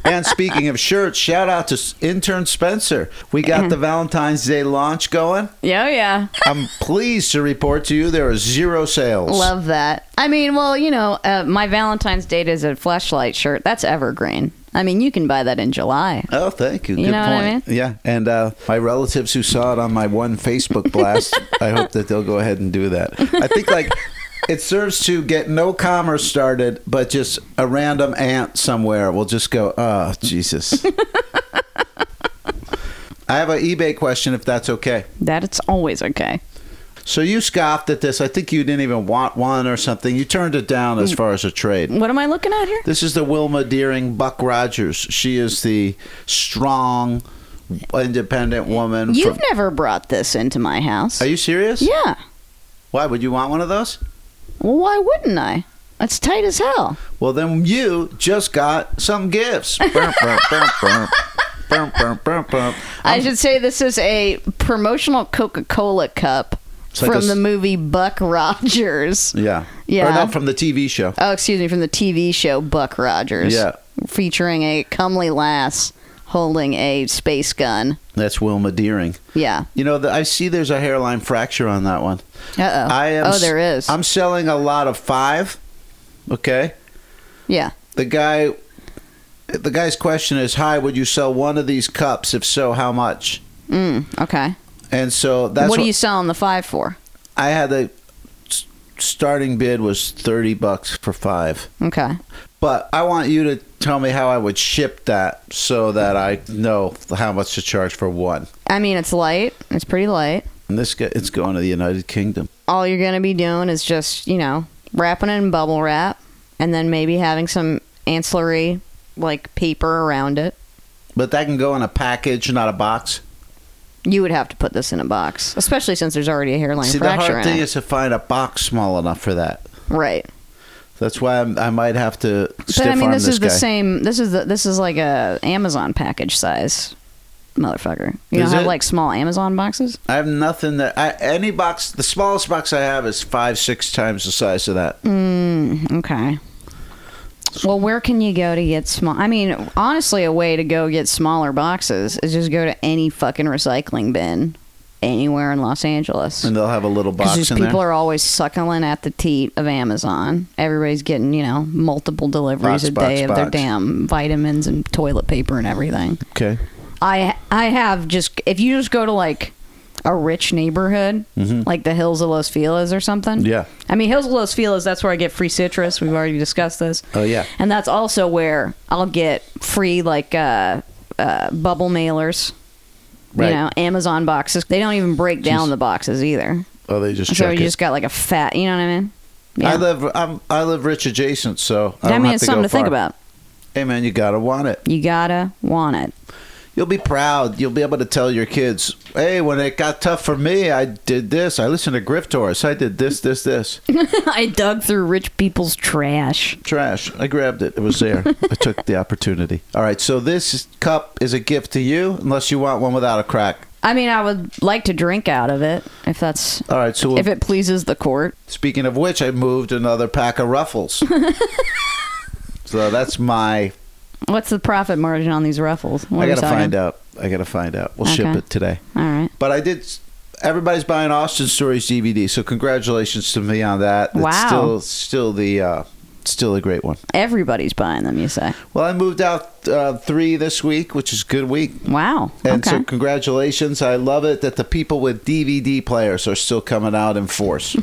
A: and speaking of shirts, shout out to s- intern Spencer. We got
B: Mm-hmm.
A: the Valentine's Day launch going.
B: Yeah, oh, yeah.
A: I'm pleased to report to you there are zero sales.
B: Love that. I mean, well, you know, uh, my Valentine's date is a flashlight shirt. That's evergreen. I mean, you can buy that in July.
A: Oh, thank you.
B: You
A: Good
B: know what
A: point.
B: I
A: Yeah, and uh, my relatives who saw it on my one Facebook blast, I hope that they'll go ahead and do that. I think like it serves to get no commerce started, but just a random ant somewhere will just go, "Oh,
B: (laughs)
A: Jesus." I have an eBay question, if that's okay.
B: That it's always okay.
A: So you scoffed at this. I think you didn't even want one or something. You turned it down
B: Mm.
A: as far as a trade.
B: What am I looking at here?
A: This is the Wilma Deering Buck Rogers. She is the strong, independent woman.
B: You've
A: from-
B: never brought this into my house.
A: Are you serious?
B: yeah.
A: Why would you want one of those?
B: Well, why wouldn't I? It's tight as hell.
A: Well, then you just got some
B: (laughs)
A: gifts. Brum, brum, brum, brum. Brum, brum, brum, brum.
B: i should say this is a promotional Coca-Cola cup
A: like
B: from
A: a s-
B: the movie Buck
A: (laughs)
B: Rogers.
A: Yeah.
B: Yeah.
A: Or not from the TV show.
B: Oh, excuse me, from the TV show Buck Rogers.
A: Yeah.
B: Featuring a comely lass holding a space gun.
A: That's Wilma Deering.
B: Yeah.
A: You know, the, I see there's a hairline fracture on that one.
B: Uh oh.
A: I am.
B: Oh,
A: s-
B: there is.
A: I'm selling a lot of five. Okay.
B: yeah.
A: the guy the guy's question is hi would you sell one of these cups if so how much
B: Mm, Okay.
A: and so that's
B: what are you selling the five for?
A: i had the s- starting bid was 30 bucks for five
B: Okay.
A: but i want you to tell me how i would ship that so that i know how much to charge for one
B: I mean, it's light. It's pretty light.
A: and this guy it's going to the united kingdom
B: All you're going to be doing is just, you know, wrapping it in bubble wrap and then maybe having some ancillary, like, paper around it.
A: but that can go in a package not a box
B: You would have to put this in a box, especially since there's already a hairline
A: see the
B: fracture
A: hard
B: in
A: thing
B: it.
A: is to find a box small enough for that
B: right.
A: that's why I'm, i might have to
B: But
A: stiff
B: I mean,
A: arm
B: this, is
A: guy.
B: the same. This is the, this is like a Amazon package size, motherfucker. You
A: Is
B: know how
A: it?
B: like small Amazon boxes?
A: I have nothing that I, any box. The smallest box I have is five, six times the size of that.
B: Mm. Okay. Well, where can you go to get small? I mean, honestly, a way to go get smaller boxes is just go to any fucking recycling bin anywhere in Los Angeles.
A: and they'll have a little
B: Because
A: box
B: these
A: in
B: people
A: there.
B: are always suckling at the teat of Amazon. Everybody's getting, you know, multiple deliveries
A: Box,
B: a
A: box,
B: day of their
A: box.
B: damn vitamins and toilet paper and everything.
A: okay.
B: I I have just if you just go to like a rich neighborhood, like the hills of Los Feliz or something.
A: Mm-hmm. Yeah.
B: I mean hills of Los Feliz. That's where I get free citrus. We've already discussed this.
A: Oh, yeah.
B: and that's also where I'll get free like uh, uh, bubble mailers.
A: Right.
B: You know, Amazon boxes. They don't even break down the boxes either.
A: Oh, they just
B: So
A: check
B: you
A: it.
B: just got like a fat. You know what I mean?
A: I live I'm, I live rich adjacent, so I,
B: I,
A: don't
B: mean,
A: have
B: it's
A: to go
B: something to think
A: far.
B: about.
A: Hey man, you gotta want it.
B: You gotta want it. (laughs)
A: You'll be proud. You'll be able to tell your kids, "Hey, when it got tough for me, I did this. I listened to Griff Taurus. I did this, this,
B: (laughs)
A: this.
B: I dug through rich people's trash.
A: Trash. I grabbed it. It was there. I took the opportunity. All right. So this cup is a gift to you, unless you want one without a crack.
B: I mean, I would like to drink out of it if that's
A: All right. So we'll-
B: if it pleases the court.
A: Speaking of which, I moved another pack of
B: (laughs)
A: ruffles. so that's my.
B: What's the profit margin on these ruffles? What
A: I
B: are we
A: gotta
B: talking?
A: find out. I gotta find out. We'll ship
B: Okay.
A: it today.
B: All right.
A: But I did. Everybody's buying Austin Stories DVD, so congratulations to me on that. It's
B: Wow.
A: still, still the, uh, still a great one.
B: Everybody's buying them, you say?
A: Well, I moved out uh, three this week, which is a good week.
B: Wow.
A: And
B: okay.
A: so, congratulations! I love it that the people with DVD players are still coming out in
B: (laughs)
A: force.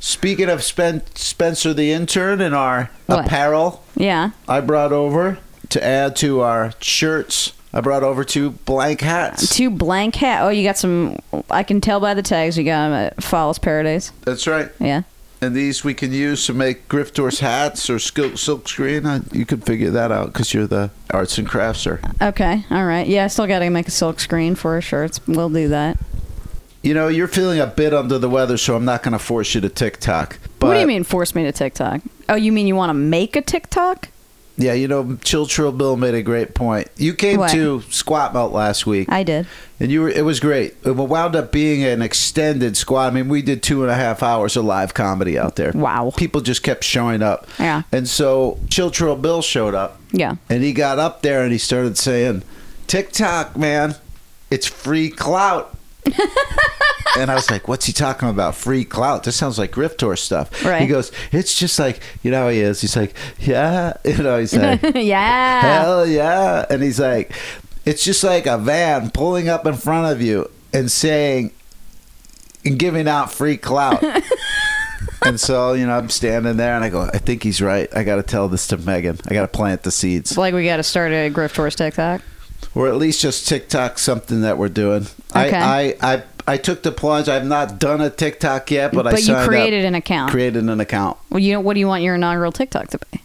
A: Speaking of Spen- Spencer the intern and our
B: What?
A: apparel,
B: yeah.
A: I brought over to add to our shirts. I brought over two blank hats.
B: Two blank hat. Oh, you got some. I can tell by the tags. You got them at Falls Paradise.
A: That's right.
B: Yeah.
A: And these we can use to make Griftor's hats or silk silk screen. I, you could figure that out because you're the arts and crafter.
B: Okay. All right. Yeah. I still got to make a silk screen for our shirts. We'll do that.
A: You know, you're feeling a bit under the weather, so I'm not going to force you to TikTok. But
B: what do you mean? Force me to TikTok? Oh, you mean you want to make a TikTok?
A: Yeah, you know, Chill Trill Bill made a great point. You came
B: What?
A: to Squat Melt last week,
B: I did.
A: and you were it was great. It wound up being an extended squat. I mean, we did two and a half hours of live comedy out there.
B: Wow.
A: People just kept showing up.
B: Yeah.
A: And so Chill Trill Bill showed up,
B: Yeah.
A: and he got up there and he started saying, "TikTok, man, it's free
B: (laughs)
A: clout." and I was like, "What's he talking about? Free clout? This sounds like Griff Tour stuff."
B: Right.
A: He goes, "It's just like you know how he is. He's like, yeah, (laughs) you know he's like."
B: (laughs) yeah.
A: Hell yeah. And he's like, it's just like a van pulling up in front of you and saying, and giving out free
B: (laughs)
A: clout. and so, you know, I'm standing there and I go, I think he's right. I got to tell this to Megan. I got to plant the seeds.
B: It's like we got to start a Griff Tours TikTok.
A: Or at least just TikTok something that we're doing.
B: Okay.
A: I, I, I, I took the plunge. I've not done a TikTok yet, but, I
B: But you
A: signed up-
B: created an account.
A: Created an account.
B: Well, you know, what do you want your inaugural TikTok to be?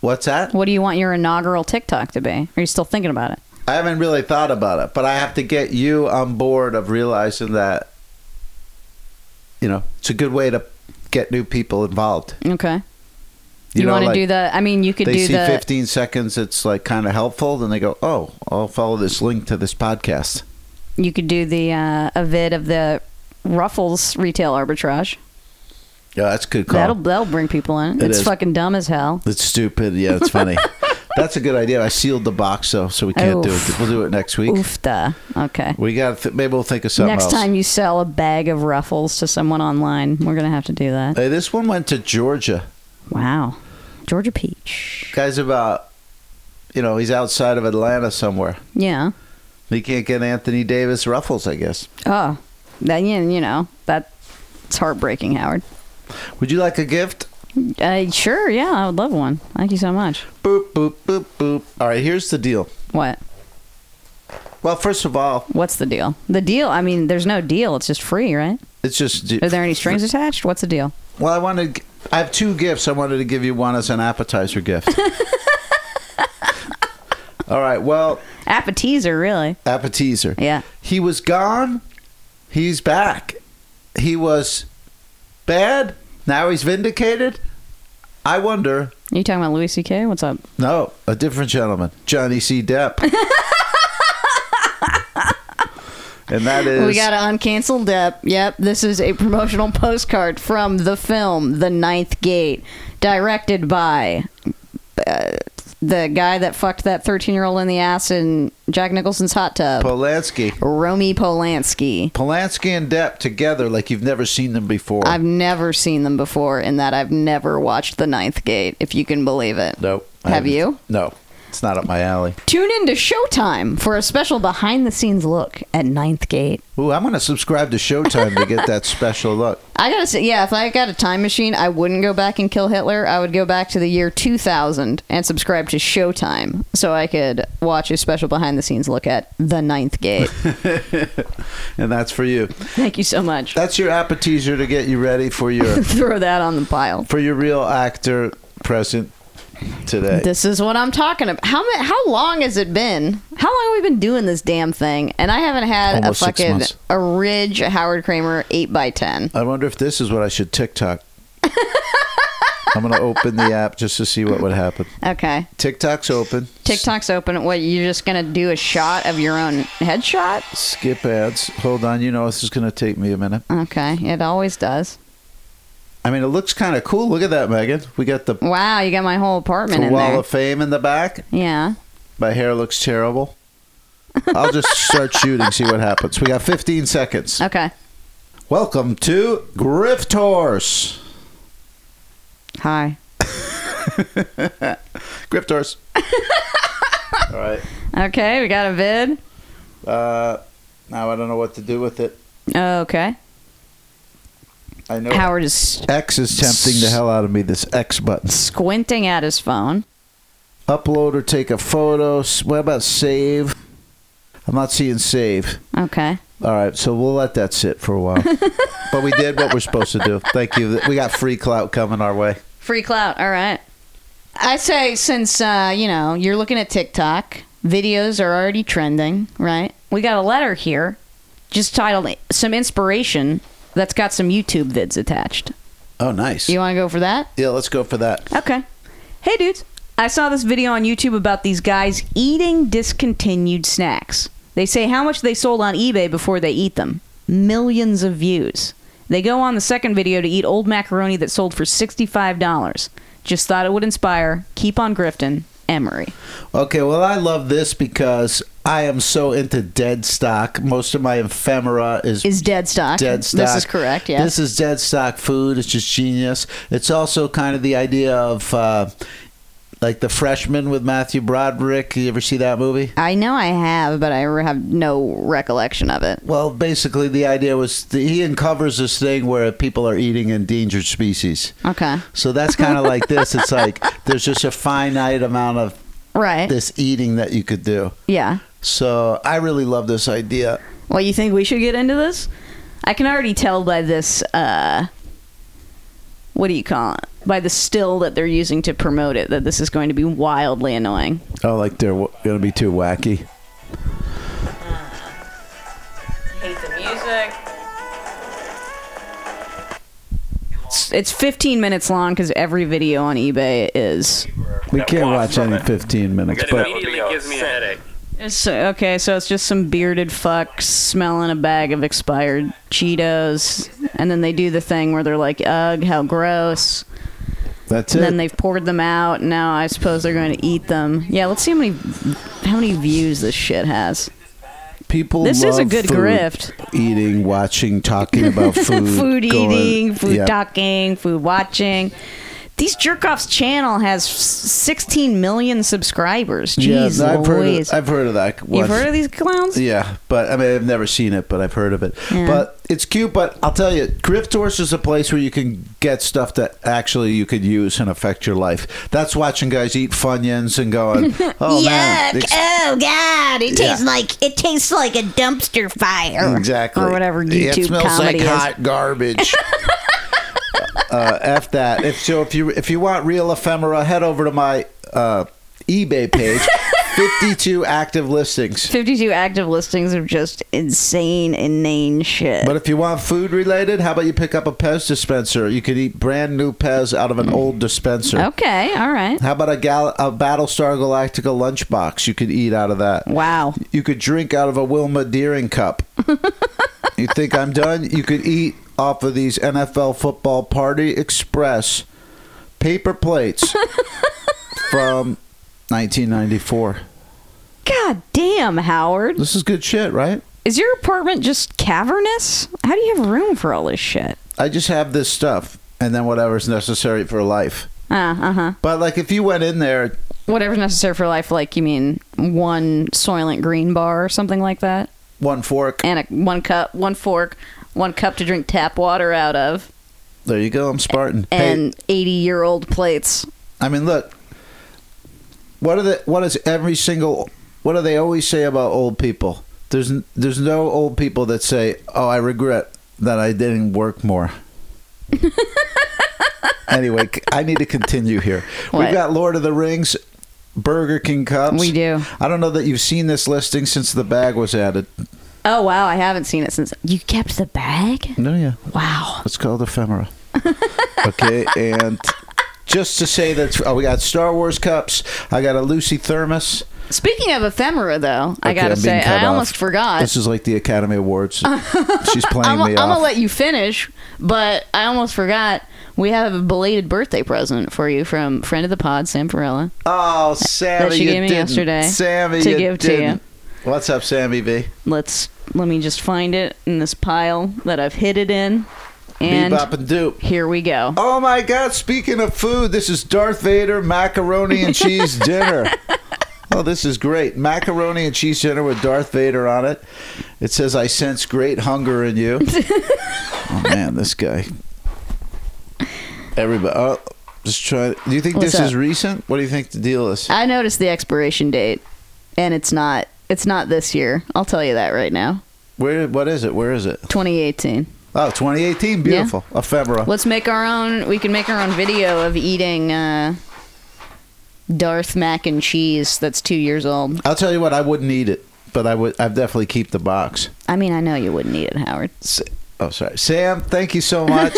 A: What's that?
B: What do you want your inaugural TikTok to be? Are you still thinking about it?
A: I haven't really thought about it, but I have to get you on board of realizing that you know it's a good way to get new people involved.
B: Okay.
A: You
B: You,
A: know,
B: want to
A: like,
B: do the? I mean, you could
A: They
B: do
A: see
B: the.
A: 15 seconds; it's like kind of helpful. Then they go, "Oh, I'll follow this link to this podcast."
B: You could do the uh, a vid of the Ruffles retail arbitrage.
A: Yeah, that's a good call.
B: That'll that'll bring people in.
A: It
B: it's
A: is.
B: fucking dumb as hell.
A: That's stupid. Yeah, it's
B: (laughs)
A: funny. that's a good idea. I sealed the box though, so we can't do it.
B: Oof.
A: We'll do it next week.
B: Oofda. Okay.
A: We got. Th- maybe we'll think of something
B: Next
A: else.
B: time you sell a bag of Ruffles to someone online, we're gonna have to do that.
A: Hey, this one went to Georgia.
B: Wow. Georgia Peach.
A: Guy's about, you know, he's outside of Atlanta somewhere.
B: Yeah.
A: He can't get Anthony Davis ruffles, I guess.
B: Oh, then you you know that it's heartbreaking, Howard.
A: Would you like a gift?
B: Uh, sure, yeah, I would love one. Thank you so much.
A: Boop, boop, boop, boop. All right, here's the deal.
B: What?
A: Well, first of all,
B: What's the deal? The deal? I mean, there's no deal. It's just free, right?
A: it's just.
B: Are there any strings attached? What's the deal?
A: Well, I wanted. I have two gifts. I wanted to give you one as an appetizer
B: (laughs)
A: gift. all right, well,
B: Appetizer, really?
A: appetizer.
B: Yeah.
A: He was gone. He's back. He was bad. Now he's vindicated. I wonder.
B: Are you talking about Louis C.K.? What's up?
A: No, a different gentleman, Johnny C.
B: (laughs)
A: Depp. and that is
E: We got an uncancelled dep. Yep, this is a
B: (laughs)
E: promotional postcard from the film The Ninth Gate, directed by uh,
B: the guy that fucked that 13 year old in the ass in Jack Nicholson's hot tub.
A: Polanski.
B: Romy Polanski.
A: Polanski and Depp together like you've never seen them before.
B: I've never seen them before in that I've never watched The Ninth Gate, if you can believe it.
A: Nope. I
B: Have
A: haven't.
B: you?
A: No. It's not up my alley.
B: Tune in to Showtime for a special behind the scenes look at Ninth Gate.
A: Ooh, I'm going to subscribe to Showtime to get
B: (laughs)
A: that special look.
B: I gotta say, yeah, if I got a time machine, I wouldn't go back and kill Hitler. I would go back to the year 2000 and subscribe to Showtime so I could watch a special behind the scenes look at The Ninth Gate.
A: And that's for you.
B: Thank you so much. (laughs)
A: That's your appetizer to get you ready for your
B: Throw that on the pile.
A: for your real actor present today.
B: This is what I'm talking about. How ma- how long has it been? How long have we been doing this damn thing? And I haven't had
A: Almost
B: a
A: six
B: fucking
A: months.
B: a Ridge Howard Kramer eight by ten.
A: I wonder if this is what I should
B: (laughs)
A: TikTok. I'm going to open the app just to see what would happen.
B: Okay,
A: TikTok's open.
B: TikTok's open. What you're just gonna do a shot of your own headshot?
A: Skip ads. Hold on. You know, this is going to take me a minute.
B: Okay, it always does.
A: I mean, it looks kind of cool. Look at that, Megan. We got the,
B: Wow, you got my whole apartment
A: the
B: in
A: wall
B: there.
A: of fame in the back.
B: yeah.
A: My hair looks terrible. I'll just start shooting, see what happens. We got 15 seconds.
B: Okay.
A: Welcome to Griftors.
B: Hi.
A: Griftors. (laughs) All right.
B: Okay, we got a vid.
A: Uh, now I don't know what to do with it.
B: Okay.
A: I know
B: Howard is
A: X is tempting the hell out of me. This X button.
B: squinting at his phone.
A: Upload or take a photo. S- What about save? I'm not seeing save.
B: Okay.
A: All right, so we'll let that sit for a
B: (laughs)
A: while. but we did what we're supposed to do. Thank you. We got free clout coming our way.
B: Free clout. All right. I say since uh, you know you're looking at TikTok, videos are already trending, right? We got a letter here, just titled "Some Inspiration." That's got some YouTube vids attached.
A: Oh, nice.
B: You want to go for that?
A: yeah, let's go for that.
B: Okay. Hey, dudes. I saw this video on YouTube about these guys eating discontinued snacks. They say how much they sold on eBay before they eat them. Millions of views. They go on the second video to eat old macaroni that sold for $65. Just thought it would inspire. Keep on grifting. Emery.
A: Okay, well, I love this because I am so into dead stock. Most of my ephemera is,
B: Is dead stock.
A: dead stock.
B: This is correct, yeah.
A: This is dead stock food. It's just genius. It's also kind of the idea of. Uh, like the freshman with Matthew Broderick. You ever see that movie?
B: I know I have, but I have no recollection of it.
A: Well, basically, the idea was th- he uncovers this thing where people are eating endangered species.
B: Okay.
A: So that's kind
B: (laughs)
A: of like this. It's like there's just a finite amount of
B: Right.
A: this eating that you could do.
B: yeah.
A: So I really love this idea.
B: Well, you think we should get into this? I can already tell by this. Uh, what do you call it? By the still that they're using to promote it, that this is going to be wildly annoying.
A: Oh, like they're w- going to be too wacky.
B: Hate the music. It's, it's 15 minutes long because every video on eBay is.
A: We can't watch any 15 minutes, but
F: immediately gives me a headache.
B: It's, okay, so it's just some bearded fuck smelling a bag of expired Cheetos, and then they do the thing where they're like, "Ugh, how gross."
A: that's
B: And then
A: it.
B: they've poured them out. and Now I suppose they're going to eat them. Yeah, let's see how many how many views this shit has.
A: People
B: This is a
A: love
B: good
A: food,
B: grift.
A: Eating, watching,
B: (laughs)
A: talking about food,
B: Food
A: going-
B: eating, food
A: yeah.
B: talking, food watching. These jerkoffs channel has 16 million subscribers.
A: Yeah,
B: Jeez
A: I've heard.
B: Louise.
A: Of, I've heard of that.
B: You've
A: one.
B: heard of these clowns?
A: Yeah, but I mean, I've never seen it, but I've heard of it.
B: Yeah.
A: But it's cute. But I'll tell you, Griftors is a place where you can get stuff that actually you could use and affect your life. That's watching guys eat funyuns and
B: (laughs)
A: going, "Oh man,
G: Yuck!
A: it's-
G: Oh God! It
A: Yeah. Hmm.
G: tastes like it tastes like a dumpster fire.
A: exactly,"
B: or whatever
A: It
B: YouTube
A: smells
B: comedy
A: like
B: is.
A: hot
B: (laughs)
A: garbage. uh, F that. If so, if you if you want real ephemera, head over to my uh, eBay
B: (laughs)
A: page. Fifty-two active listings.
B: 52 active listings of just insane, inane shit.
A: But if you want food related, how about you pick up a Pez dispenser? You could eat brand new Pez out of an old dispenser.
B: okay, all right.
A: How about a, Gal- a Battlestar Galactica lunchbox? You could eat out of that.
B: Wow.
A: You could drink out of a Wilma Deering cup. you think I'm done? You could eat off of these NFL Football Party Express paper plates from 1994.
B: God damn, Howard.
A: This is good shit, right?
B: Is your apartment just cavernous? How do you have room for all this shit?
A: I just have this stuff and then whatever's necessary for life.
B: Ah, uh huh.
A: But like if you went in there,
B: Whatever's necessary for life, like you mean one soylent green bar or something like that,
A: one fork,
B: and a, one cup, one fork, one cup to drink tap water out of,
A: there you go, I'm Spartan. hey,
B: and eighty-year-old plates.
A: I mean, look. What are the what is every single what do they always say about old people? There's n- there's no old people that say, "Oh, I regret that I didn't work
B: (laughs)
A: more." anyway, c- I need to continue here.
B: What?
A: We've got Lord of the Rings, Burger King cups.
B: We do.
A: I don't know that you've seen this listing since the bag was added.
B: Oh wow, I haven't seen it since. You kept the bag?
A: No, yeah.
B: Wow.
A: It's called ephemera. (laughs) okay, and just to say that oh, we got Star Wars cups. I got a Lucy thermos.
B: Speaking of ephemera, though, I
A: Okay,
B: gotta
A: I'm being
B: say,
A: cut
B: I
A: off.
B: almost forgot.
A: This is like the Academy
B: (laughs)
A: Awards. She's playing
B: I'm,
A: me
B: I'm gonna
A: off.
B: let you finish, but I almost forgot. We have a belated birthday present for you from friend of the pod, Sam Perella.
A: oh, Sammy,
B: that she
A: you
B: gave me
A: didn't.
B: yesterday
A: Sammy,
B: to
A: you
B: give to you.
A: didn't. What's up, Sammy V?
B: Let's let me just find it in this pile that I've hid it in, and
A: Bebop and Doop.
B: here we go.
A: Oh my God! Speaking of food, this is Darth Vader macaroni and cheese dinner. Oh, this is great! Macaroni and cheese dinner with Darth Vader on it. It says, "I sense great hunger in you." oh man, this guy. Everybody, oh, just try. Do you think
B: What's
A: this is
B: up?
A: recent? What do you think the deal is?
B: I noticed the expiration date, and it's not it's not this year. I'll tell you that right now,
A: Where? What is it? Where is it?
B: 2018.
A: Oh, 2018. Beautiful. Ephemera.
B: Let's make our own. We can make our own video of eating uh, Darth mac and cheese. That's two years old.
A: I'll tell you what. I wouldn't eat it, but I would. I'd definitely keep the box.
B: I mean, I know you wouldn't eat it, Howard.
A: S- Oh, sorry, Sam. Thank you so
B: (laughs)
A: much.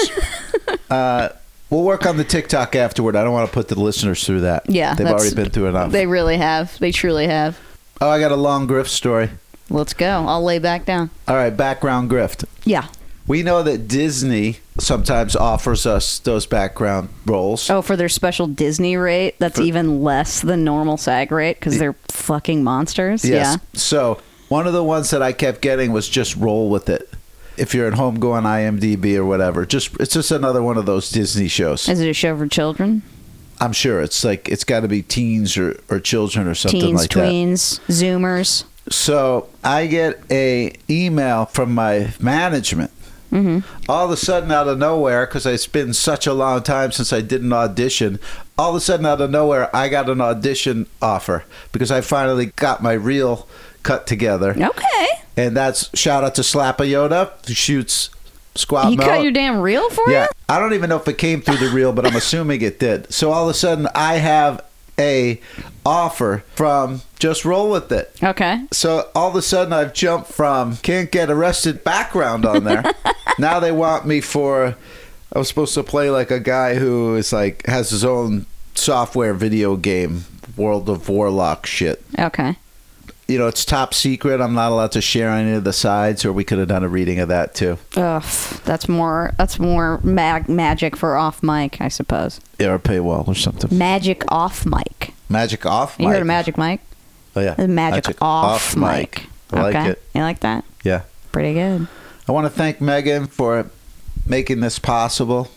A: uh, we'll work on the TikTok afterward. I don't want to put the listeners through that.
B: Yeah,
A: they've
B: that's-
A: already been through enough.
B: They really have. They truly have.
A: oh, I got a long grift story.
B: Let's go. I'll lay back down.
A: All right, background grift.
B: Yeah.
A: We know that Disney sometimes offers us those background roles.
B: Oh, for their special Disney rate, that's even less than normal SAG rate because they're fucking monsters.
A: Yes. So one of the ones that I kept getting was just roll with it. If you're at home, go on IMDb or whatever. Just it's just another one of those Disney shows.
B: Yeah. Is it a show for children?
A: I'm sure it's like it's got to be teens or, or children or something
B: Teens,
A: like that.
B: tweens, Zoomers.
A: So I get a email from my management.
B: Mm-hmm.
A: All of a sudden, out of nowhere, because it's been such a long time since I did an audition. All of a sudden, out of nowhere, I got an audition offer because I finally got my reel cut together.
B: Okay.
A: And that's shout out to Slappa Yoda who shoots Squat
B: You
A: Melt.
B: cut your damn reel for
A: Yeah,
B: you?
A: I don't even know if it came through the reel, but I'm assuming it did. So all of a sudden, I have a offer from Just Roll with It.
B: Okay.
A: So all of a sudden, I've jumped from can't get arrested background on
B: (laughs)
A: there. now they want me for. I was supposed to play like a guy who is like has his own software video game, World of Warlock shit.
B: Okay.
A: You know, it's top secret. I'm not allowed to share any of the sides, or we could have done a reading of that too.
B: Ugh, that's more. That's more mag- magic for off mic, I suppose.
A: Yeah, or paywall or something.
B: Magic off mic.
A: Magic off.
B: You
A: mic.
B: heard of magic mic?
A: Oh, yeah.
B: Magic, off, mic.
A: I like
B: okay.
A: it.
B: You like that?
A: Yeah.
B: Pretty good.
A: I want to thank Megan for making this
B: (laughs)
A: possible.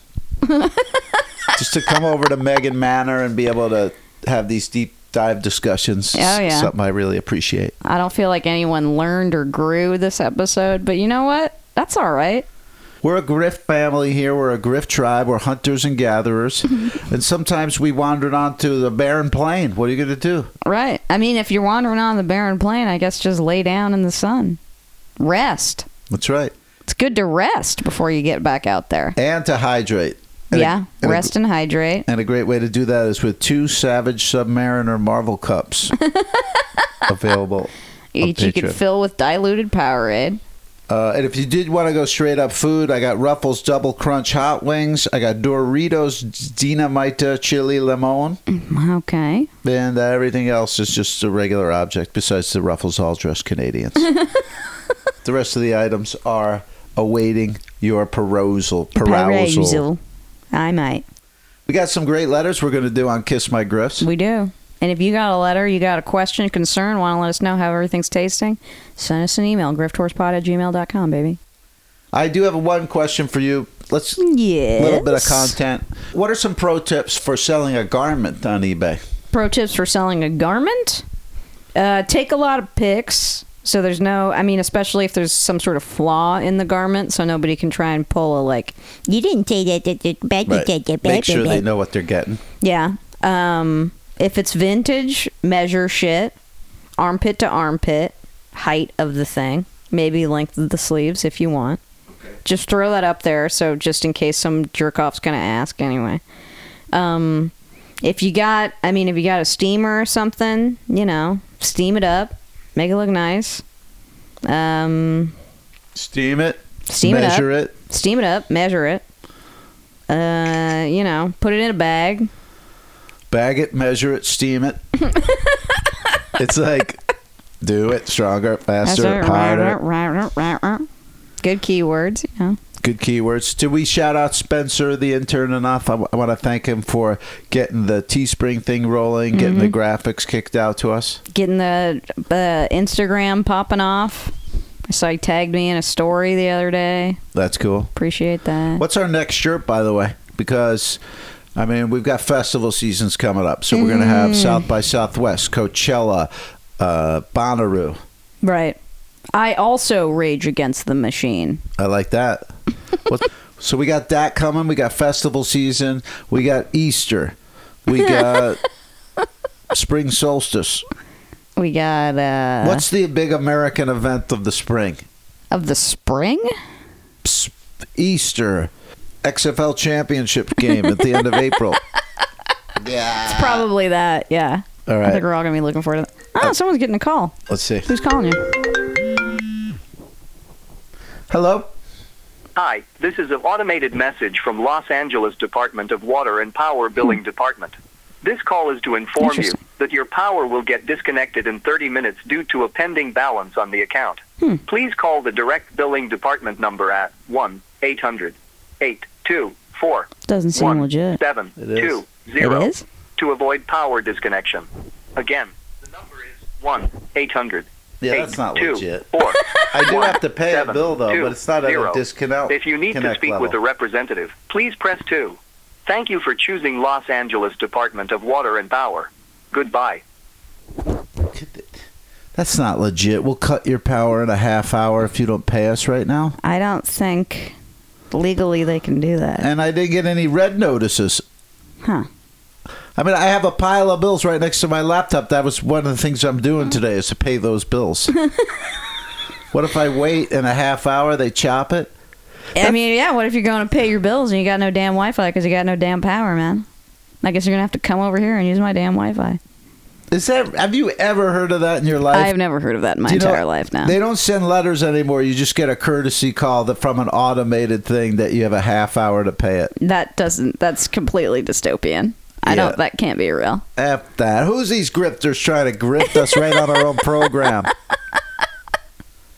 A: Just to come over to Megan Manor and be able to have these deep dive discussions.
B: Oh, yeah.
A: Something I really appreciate.
B: I don't feel like anyone learned or grew this episode, but you know what? That's all right.
A: We're a grift family here. We're a grift tribe. We're hunters and
B: (laughs)
A: gatherers. and sometimes we wandered onto the barren plain. What are you going to do?
B: Right. I mean, if you're wandering on the barren plain, I guess just lay down in the sun. Rest.
A: That's right.
B: It's good to rest before you get back out there.
A: And to hydrate. And a-
B: yeah.
A: and a-
B: rest and hydrate.
A: And a great way to do that is with two Savage Submariner Marvel
B: (laughs)
A: cups available. on
B: Each you could
A: Patreon.
B: fill with diluted Powerade.
A: Uh, and if you did want to go straight up food, I got Ruffles Double Crunch Hot Wings. I got Doritos Dinamita Chili Limon.
B: Okay.
A: And uh, everything else is just a regular object besides the Ruffles All Dressed Canadians. the rest of the items are awaiting your perusal. Perusal.
B: I might.
A: We got some great letters we're going to do on Kiss My Griffs.
B: We do. And if you got a letter, you got a question, concern, want to let us know how everything's tasting, send us an email, grifthorsepod at gmail.com, baby.
A: I do have one question for you. Let's
B: Yes.
A: a little bit of content. What are some pro tips for selling a garment on eBay?
B: pro tips for selling a garment uh, take a lot of pics so there's no i mean especially if there's some sort of flaw in the garment so nobody can try and pull a like
G: You didn't say that. that, that, that, that, that, that,
A: Make sure
G: that,
A: they
G: that.
A: know what they're getting.
B: yeah um if it's vintage measure shit armpit to armpit height of the thing maybe length of the sleeves if you want just throw that up there so just in case some jerk off's gonna ask anyway um if you got i mean if you got a steamer or something you know steam it up make it look nice um
A: Steam it.
B: Steam it up.
A: measure it.
B: steam it up measure it uh you know put it in a bag
A: Bag it. Measure it. Steam
B: (laughs)
A: it. it's like do it stronger,
B: That's
A: faster,
B: right, right,
A: harder.
B: right, right, right, right. good keywords you know
A: Good keywords. Do we shout out Spencer, the intern, enough? I, want to thank him for getting the Teespring thing rolling, getting the
B: Mm-hmm.
A: graphics kicked out to us.
B: getting the uh, instagram popping off so he tagged me in a story the other day
A: That's cool.
B: appreciate that
A: What's our next shirt, by the way? Because, I mean, we've got festival seasons coming up. So we're going to
B: Mm.
A: have South by Southwest, Coachella, uh, Bonnaroo.
B: right i also rage against the machine
A: I like that. (laughs) what, so we got that coming. We got festival season. We got Easter. We (laughs) got spring solstice.
B: we got uh
A: What's the big American event of the spring?
B: of the spring
A: Psst, Easter XFL championship game at the end of (laughs) April.
B: it's probably that yeah
A: All
B: i think
A: right,
B: we're all gonna be looking forward to that oh someone's getting a call
A: let's see.
B: who's calling you
A: Hello.
F: Hi, this is an automated message from Los Angeles Department of Water and Power Billing Department. This call is to inform you
B: Interesting.
F: that your power will get disconnected in 30 minutes due to a pending balance on the account.
B: Hmm.
F: Please call the direct billing department number at 1 800 824
B: doesn't seem legit it is
F: to avoid power disconnection. Again, the number is 1 800
A: Yeah, that's not legit.
F: 824
A: I do have to pay a
F: Seven,
A: bill though,
F: two,
A: but it's not at a
F: zero.
A: disconnect.
F: If you need to
A: connect
F: speak
A: level.
F: with a representative, please press 2. Thank you for choosing Los Angeles Department of Water and Power. Goodbye.
A: that's not legit. We'll cut your power in a half hour if you don't pay us right now.
B: i don't think legally they can do that
A: And I didn't get any red notices.
B: Huh.
A: I mean, I have a pile of bills right next to my laptop. That was one of the things I'm
B: Oh.
A: doing today is to pay those
B: (laughs)
A: bills. what if I wait in a half hour? They chop it.
B: I mean, yeah. What if you're going to pay your bills and you got no damn Wi-Fi because you got no damn power, man? I guess you're gonna have to come over here and use my damn Wi-Fi.
A: Is that? Have you ever heard of that in your life?
B: I've never heard of that in my
A: Do you know,
B: entire life now.
A: They don't send letters anymore. You just get a courtesy call that from an automated thing that you have a half hour to pay it.
B: that doesn't. That's completely dystopian. I
A: Yeah.
B: don't. That can't be real.
A: F that. Who's these grifters trying to grift us right on our own program?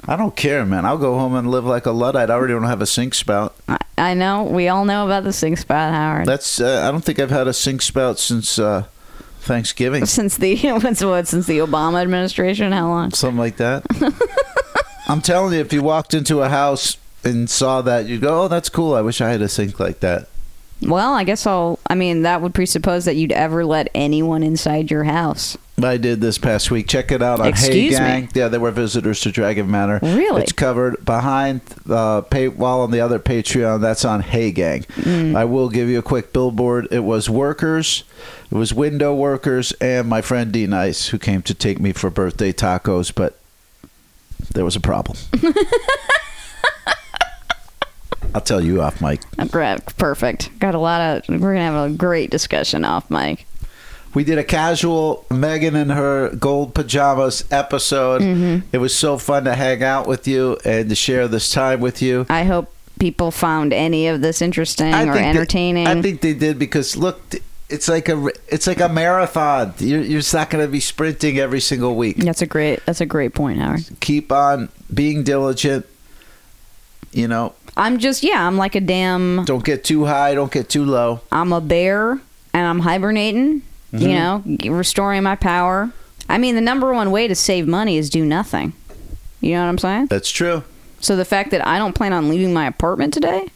A: I don't care, man. I'll go home and live like a Luddite. I already don't have a sink spout.
B: I, I know. We all know about the sink spot, Howard.
A: That's uh, I don't think I've had a sink spout since uh, Thanksgiving,
B: since the (laughs) what's what? Since the Obama administration? How long?
A: something like that. I'm telling you, if you walked into a house and saw that, you'd go, "Oh, that's cool. I wish I had a sink like that."
B: Well, I guess I'll. I mean, that would presuppose that you'd ever let anyone inside your house.
A: I did this past week. Check it out on Hey
B: Excuse me?
A: Gang. Yeah, there were visitors to Dragon Manor.
B: Really?
A: It's covered behind the paywall on the other Patreon. That's on Hey Gang.
B: Mm.
A: I will give you a quick billboard. It was workers, it was window workers, and my friend D Nice, who came to take me for birthday tacos, but there was a
B: (laughs)
A: problem. I'll tell you off, Mike.
B: Right, Uh, Perfect. Got a lot of. We're gonna have a great discussion off mic.
A: We did a casual Megan and her gold pajamas episode.
B: Mm-hmm.
A: It was so fun to hang out with you and to share this time with you.
B: I hope people found any of this interesting or
A: think that-
B: entertaining.
A: I think they did because look, th- it's like a it's like a marathon. You're, you're just not going to be sprinting every single week.
B: that's a great that's a great point, Howard.
A: Keep on being diligent. You know,
B: I'm just yeah, I'm like a damn
A: don't get too high, don't get too low.
B: I'm a bear and I'm hibernating You know, g- restoring my power. I mean, the number one way to save money is do nothing. You know what I'm saying?
A: That's true.
B: So the fact that I don't plan on leaving my apartment today,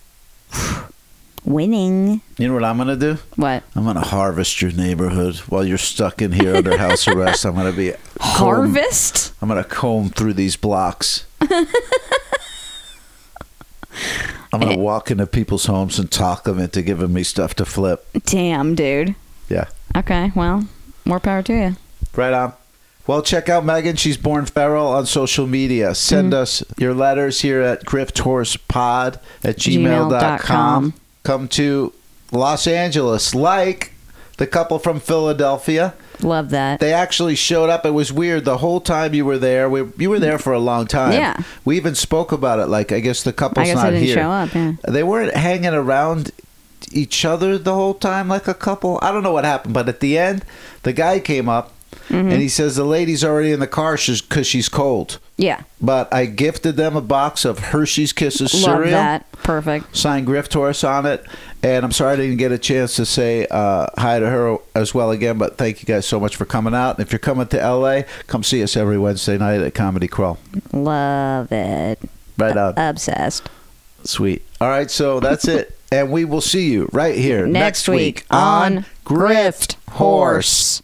G: Winning.
A: You know what I'm gonna do?
B: what?
A: I'm gonna harvest your neighborhood while you're stuck in here under
B: (laughs)
A: house arrest. I'm gonna be comb-
B: Harvest?
A: I'm gonna comb through these blocks. I'm gonna walk into people's homes and talk them into giving me stuff to flip.
B: Damn, dude.
A: Yeah.
B: Okay, well, more power to you.
A: Right on. Well, check out Megan. She's born feral on social media. Send us your letters here at grifthorsepod at gmail.com.
B: Gmail.com.
A: Come to Los Angeles like the couple from Philadelphia.
B: Love that.
A: They actually showed up. It was weird the whole time you were there. We, you were there for a long time.
B: Yeah.
A: We even spoke about it. Like, I guess the couple's
B: I guess
A: not
B: I didn't
A: here.
B: show up. Yeah.
A: They weren't hanging around each other the whole time like a couple. I don't know what happened, but at the end, the guy came up
B: Mm-hmm.
A: and he says the lady's already in the car because she's cold.
B: Yeah.
A: But I gifted them a box of Hershey's Kisses
B: Love
A: cereal,
B: that. Perfect.
A: signed Grift Horse on it, and I'm sorry I didn't get a chance to say uh, hi to her as well again. But thank you guys so much for coming out. And if you're coming to LA, come see us every Wednesday night at Comedy Crawl.
B: Love it.
A: Right on. Uh,
B: Obsessed.
A: Sweet. All right, so that's it. And we will see you right here
B: Next week on Grift Horse.